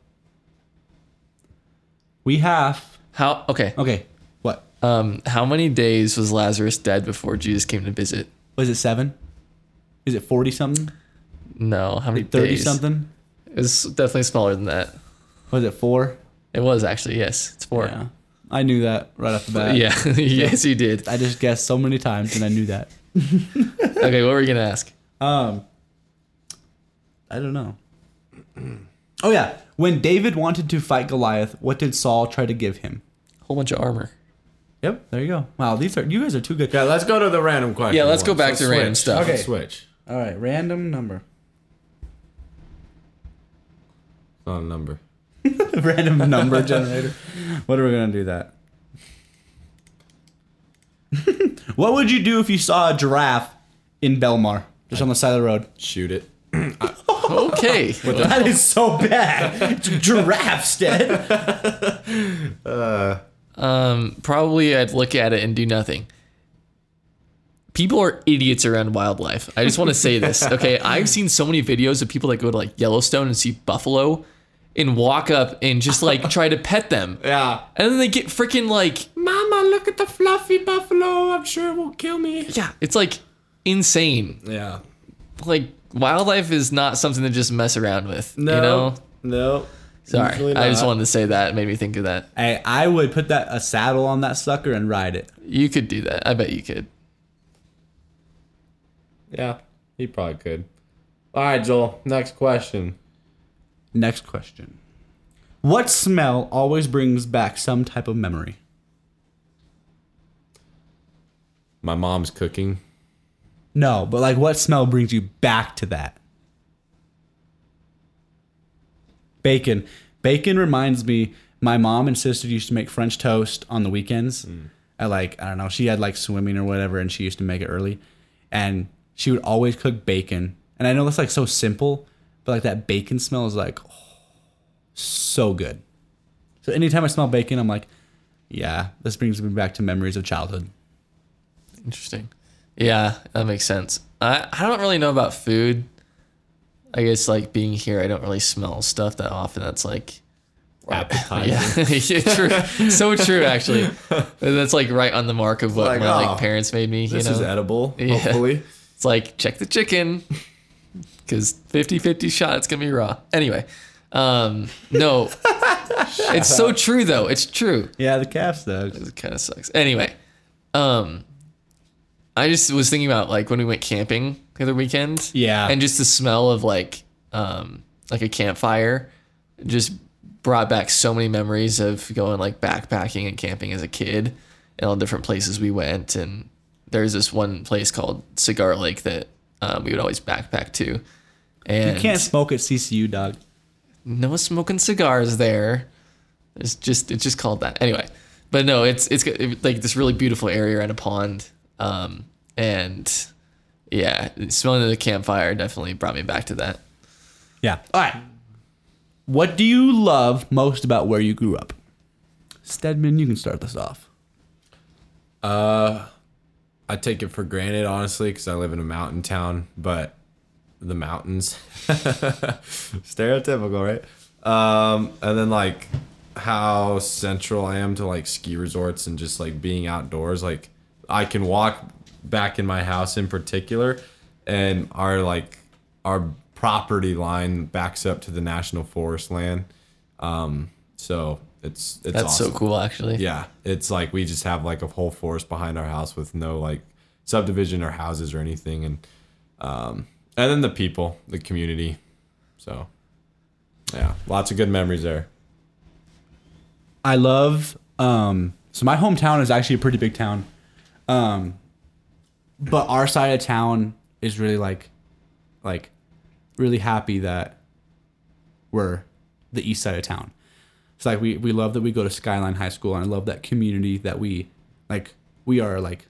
Speaker 1: We have
Speaker 2: How? Okay.
Speaker 1: okay. What
Speaker 2: Um, how many days was Lazarus dead before Jesus came to visit?
Speaker 1: was it? Seven? Is it forty something?
Speaker 2: No, how many
Speaker 1: Thirty
Speaker 2: days?
Speaker 1: something?
Speaker 2: It was definitely smaller than that.
Speaker 1: Was it four?
Speaker 2: It was actually yes. It's four.
Speaker 1: Yeah, I knew that right off the bat.
Speaker 2: Yeah. yes, you did.
Speaker 1: I just guessed so many times and I knew that.
Speaker 2: Okay, what were you gonna ask?
Speaker 1: Um, I don't know. Oh yeah, when David wanted to fight Goliath, what did Saul try to give him?
Speaker 2: Whole bunch of armor.
Speaker 1: Yep, there you go. Wow, these are you guys are too good.
Speaker 3: Yeah, let's go to the random question.
Speaker 2: Yeah, let's go
Speaker 3: ones.
Speaker 2: back to random
Speaker 3: switch.
Speaker 2: stuff.
Speaker 1: Okay.
Speaker 3: Let's switch.
Speaker 1: All right, random number.
Speaker 3: Not a number.
Speaker 1: random number generator. What are we gonna do that? what would you do if you saw a giraffe in Belmar, just on the side of the road?
Speaker 3: Shoot it.
Speaker 2: Okay.
Speaker 1: That is so bad. Giraffes dead.
Speaker 2: um, probably I'd look at it and do nothing. People are idiots around wildlife. I just want to say this. Okay, I've seen so many videos of people that go to like Yellowstone and see buffalo, and walk up and just like try to pet them,
Speaker 3: Yeah.
Speaker 2: and then they get freaking like
Speaker 3: Mama, look at the fluffy buffalo. I'm sure it won't kill me.
Speaker 2: yeah, it's like insane.
Speaker 3: Yeah.
Speaker 2: Like wildlife is not something to just mess around with.
Speaker 3: No.
Speaker 2: You know.
Speaker 3: No.
Speaker 2: Sorry,
Speaker 3: Usually
Speaker 2: I just
Speaker 3: not.
Speaker 2: wanted to say that. It made me think of that.
Speaker 1: Hey, I would put that a saddle on that sucker and ride it.
Speaker 2: You could do that. I bet you could.
Speaker 3: Yeah, he probably could. All right, Joel. Next question.
Speaker 1: Next question. What smell always brings back some type of memory?
Speaker 3: My mom's cooking.
Speaker 1: No, but like what smell brings you back to that? Bacon. Bacon reminds me my mom and sister used to make French toast on the weekends.
Speaker 3: Mm.
Speaker 1: I like I don't know, she had like swimming or whatever and she used to make it early. And she would always cook bacon. And I know that's like so simple, but like that bacon smell is like oh, so good. So anytime I smell bacon, I'm like, yeah, this brings me back to memories of childhood.
Speaker 2: Interesting. Yeah, that makes sense. I, I don't really know about food. I guess like being here, I don't really smell stuff that often. That's like
Speaker 3: Appetizer.
Speaker 2: yeah, yeah true. so true actually. That's like right on the mark of what
Speaker 3: Like,
Speaker 2: my
Speaker 3: oh,
Speaker 2: like parents made me. You
Speaker 3: This
Speaker 2: know,
Speaker 3: is edible.
Speaker 2: Yeah.
Speaker 3: Hopefully.
Speaker 2: it's like check the chicken because 50-50 shot it's gonna be raw. Anyway, um, no, it's so true though. It's true.
Speaker 1: Yeah, the calf sucks.
Speaker 2: It kind of sucks. Anyway, um, I just was thinking about like when we went camping the other weekend.
Speaker 1: Yeah.
Speaker 2: And just the smell of like, um, like a campfire, just brought back so many memories of going like backpacking and camping as a kid, and all the different places we went. And there's this one place called Cigar Lake that um, we would always backpack to. And
Speaker 1: You can't smoke at CCU, dog.
Speaker 2: no smoking cigars there. It's just it's just called that anyway. But no, it's it's got- it- like this really beautiful area around a pond, um, and yeah, smelling of the campfire definitely brought me back to that.
Speaker 1: Yeah. All right. What do you love most about where you grew up? Stedman, you can start this off.
Speaker 3: I take it for granted, honestly, because I live in a mountain town, but the mountains. Stereotypical, right? Um, and then, like, how central I am to, like, ski resorts and just, like, being outdoors. Like, I can walk back in my house in particular, and our, like, our property line backs up to the national forest land. Um, so it's, it's
Speaker 2: That's
Speaker 3: awesome.
Speaker 2: so cool, actually.
Speaker 3: Yeah, it's like we just have like a whole forest behind our house with no like subdivision or houses or anything, and um, and then the people, the community. So, yeah, lots of good memories there.
Speaker 1: I love. Um, so my hometown is actually a pretty big town, um, but our side of town is really like, like, really happy that we're the east side of town. It's like we we love that we go to Skyline High School, and I love that community that we like. We are like,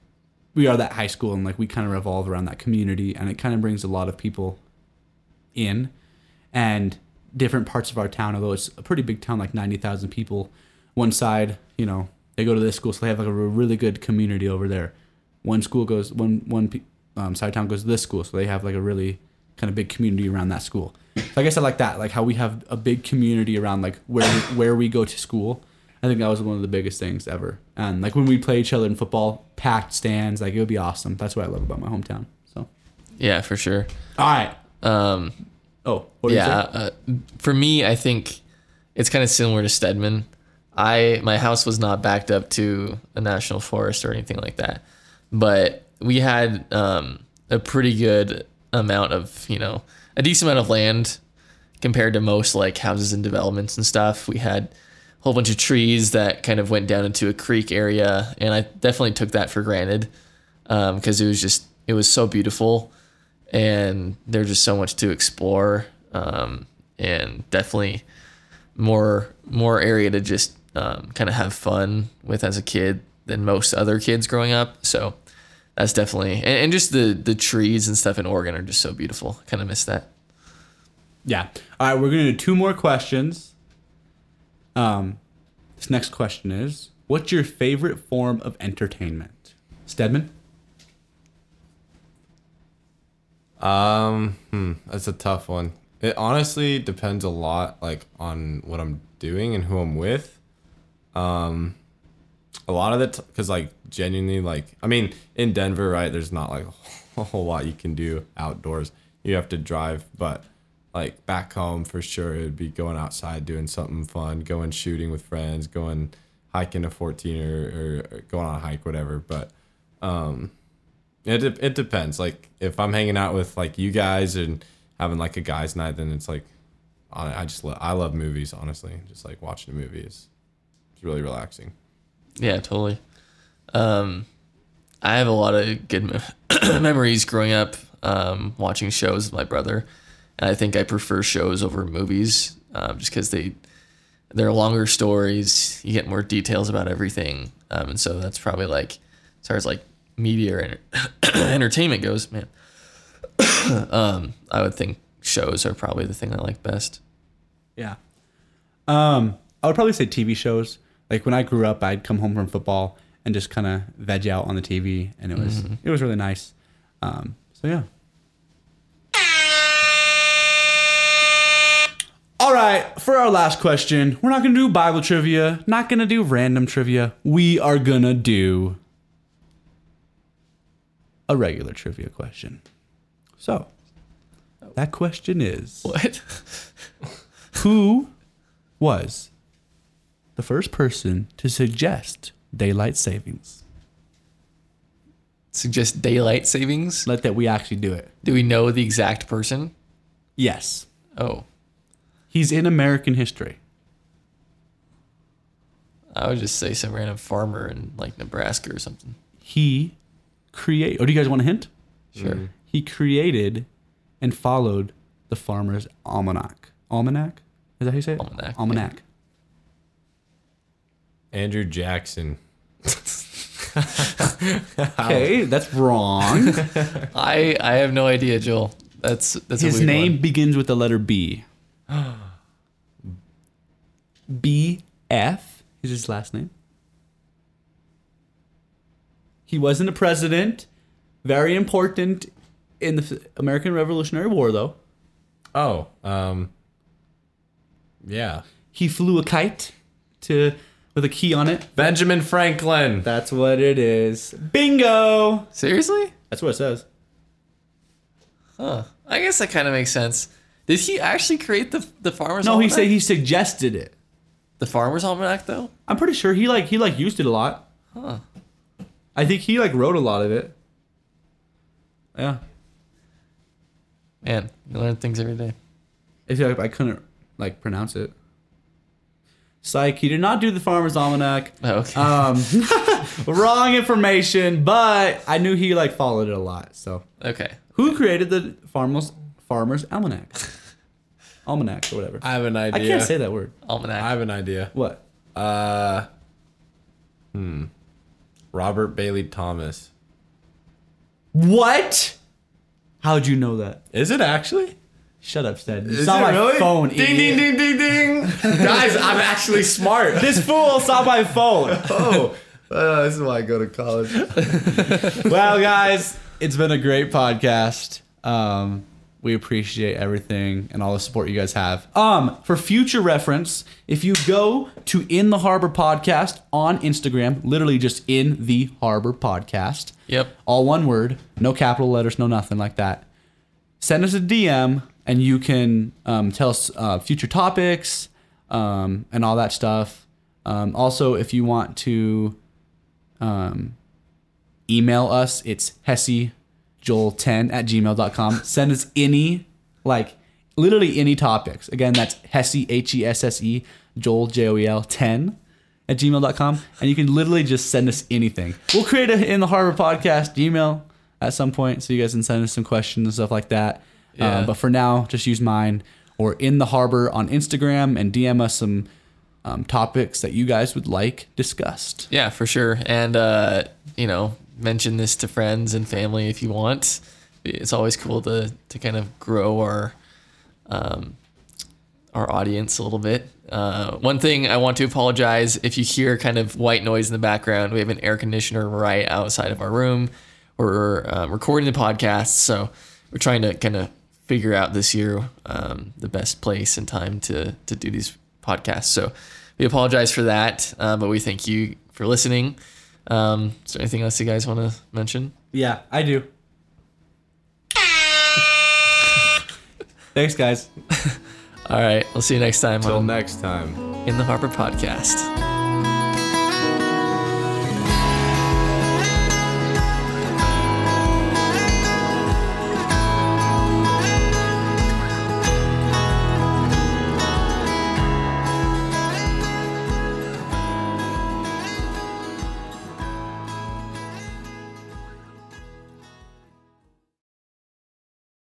Speaker 1: we are that high school, and like we kind of revolve around that community, and it kind of brings a lot of people in and different parts of our town, although it's a pretty big town, like 90,000 people. One side, you know, they go to this school, so they have like a really good community over there. One school goes, one, one pe- um, side of town goes to this school, so they have like a really kind of big community around that school. So I guess I like that, like how we have a big community around like where we, where we go to school. I think that was one of the biggest things ever. And like when we play each other in football, packed stands, like it would be awesome. That's what I love about my hometown. So,
Speaker 2: Yeah, for sure.
Speaker 1: all right.
Speaker 2: Um,
Speaker 1: Oh, what do you say?
Speaker 2: yeah, uh, for me, I think it's kind of similar to Stedman. I my house was not backed up to a national forest or anything like that, but we had um, a pretty good amount of you know a decent amount of land compared to most like houses and developments and stuff. We had a whole bunch of trees that kind of went down into a creek area, and I definitely took that for granted because it was just it was so beautiful and there's just so much to explore um, and definitely more more area to just um, kind of have fun with as a kid than most other kids growing up so that's definitely and, and just the the trees and stuff in oregon are just so beautiful kind of miss that
Speaker 1: Yeah. All right, we're going to do two more questions. Um, this next question is What's your favorite form of entertainment? Stedman?
Speaker 3: Um, hmm, that's a tough one. It honestly depends a lot, like on what I'm doing and who I'm with. Um, a lot of the because like genuinely, like I mean, in Denver, right? There's not like a whole lot you can do outdoors. You have to drive, but like back home for sure, it'd be going outside, doing something fun, going shooting with friends, going hiking a 14 or, or going on a hike, whatever. But it de- it depends. Like if I'm hanging out with like you guys and having like a guys' night, then it's like I I just love I love movies. Honestly, just like watching a movie is it's really relaxing.
Speaker 2: Yeah, totally. Um, I have a lot of good mem- memories growing up um, watching shows with my brother, and I think I prefer shows over movies um, just because they they're longer stories. You get more details about everything, um, and so that's probably like as far as like media or enter- entertainment goes, man. um, I would think shows are probably the thing I like best.
Speaker 1: Yeah. Um, I would probably say TV shows. Like when I grew up, I'd come home from football and just kind of veg out on the TV, and it was it was really nice. Um, so yeah. All right, for our last question, we're not gonna do Bible trivia, not gonna do random trivia. We are gonna do a regular trivia question. So that question is
Speaker 2: What?
Speaker 1: who was the first person to suggest daylight savings.
Speaker 2: Suggest daylight savings.
Speaker 1: Let that we actually do it.
Speaker 2: Do we know the exact person?
Speaker 1: Yes.
Speaker 2: Oh,
Speaker 1: He's in American history.
Speaker 2: I would just say some random farmer in like Nebraska or something.
Speaker 1: He create or do you guys want a hint?
Speaker 2: Sure.
Speaker 1: He created and followed the farmer's almanac. Almanac? Is that how you say it?
Speaker 2: Almanac, yeah.
Speaker 1: Almanac.
Speaker 3: Andrew Jackson.
Speaker 1: Okay, that's wrong.
Speaker 2: I I have no idea, Joel. That's that's a
Speaker 1: His
Speaker 2: weird
Speaker 1: name
Speaker 2: One.
Speaker 1: begins with the letter B. B F is his last name. He wasn't a president. Very important in the F- American Revolutionary War, though.
Speaker 3: Oh, um, yeah,
Speaker 1: He flew a kite to with a key on it.
Speaker 3: Benjamin Franklin.
Speaker 1: That's what it is. Bingo.
Speaker 2: Seriously?
Speaker 1: That's what it says.
Speaker 2: Huh. I guess that kind of makes sense. Did he actually create the the farmer's?
Speaker 1: No, he
Speaker 2: almanac?
Speaker 1: said he suggested it.
Speaker 2: the farmer's almanac though.
Speaker 1: I'm pretty sure he like he like used it a lot.
Speaker 2: Huh.
Speaker 1: I think he like wrote a lot of it. Yeah.
Speaker 2: Man, you learn things every day.
Speaker 1: Except I couldn't like pronounce it. Psych, he did not do the farmer's almanac.
Speaker 2: Oh, okay.
Speaker 1: Um, wrong information, but I knew he like followed it a lot. So,
Speaker 2: okay.
Speaker 1: who created the farmer's farmer's almanac? almanac or whatever. I,
Speaker 3: I have an idea.
Speaker 1: can't say that word.
Speaker 2: Almanac.
Speaker 3: I have an idea.
Speaker 1: What?
Speaker 3: Uh, hmm. Robert Bailey Thomas.
Speaker 1: What? How'd you know that?
Speaker 3: Is it actually?
Speaker 1: Shut up, Stead. You
Speaker 3: Is
Speaker 1: saw
Speaker 3: it
Speaker 1: my
Speaker 3: really?
Speaker 1: phone.
Speaker 3: Ding
Speaker 1: idiot.
Speaker 3: ding ding ding ding. Guys, I'm actually smart.
Speaker 1: This fool saw my phone.
Speaker 3: oh, uh, this is why I go to college.
Speaker 1: well, guys, it's been a great podcast. Um, we appreciate everything and all the support you guys have. Um, for future reference, if you go to In the Harbor Podcast on Instagram, literally just In the Harbor Podcast,
Speaker 2: Yep.
Speaker 1: all one word, no capital letters, no nothing like that. Send us a DM and you can um, tell us uh, future topics um, and all that stuff. Um, also, if you want to um, email us, it's hessyjoel10 at gmail.com. Send us any, like, literally any topics. Again, that's hessy, H E S S E, joel, J O E L, 10 at gmail.com. And you can literally just send us anything. We'll create a In the Harbor podcast email at some point so you guys can send us some questions and stuff like that.
Speaker 2: Yeah.
Speaker 1: Uh, but for now, just use mine or In the Harbor on Instagram and DM us some. Um, topics that you guys would like discussed.
Speaker 2: Yeah, for sure. And uh, you know, mention this to friends and family if you want. It's always cool to to kind of grow our um, our audience a little bit. Uh, one thing I want to apologize if you hear kind of white noise in the background. We have an air conditioner right outside of our room. We're um, recording the podcast, so we're trying to kind of figure out this year um, the best place and time to to do these podcasts. So we apologize for that, uh, but we thank you for listening. Um, is there anything else you guys want to mention?
Speaker 1: Yeah, I do. Thanks, guys.
Speaker 2: All right, we'll see you next time
Speaker 3: Till
Speaker 2: on
Speaker 3: next time.
Speaker 2: In the Harbor Podcast.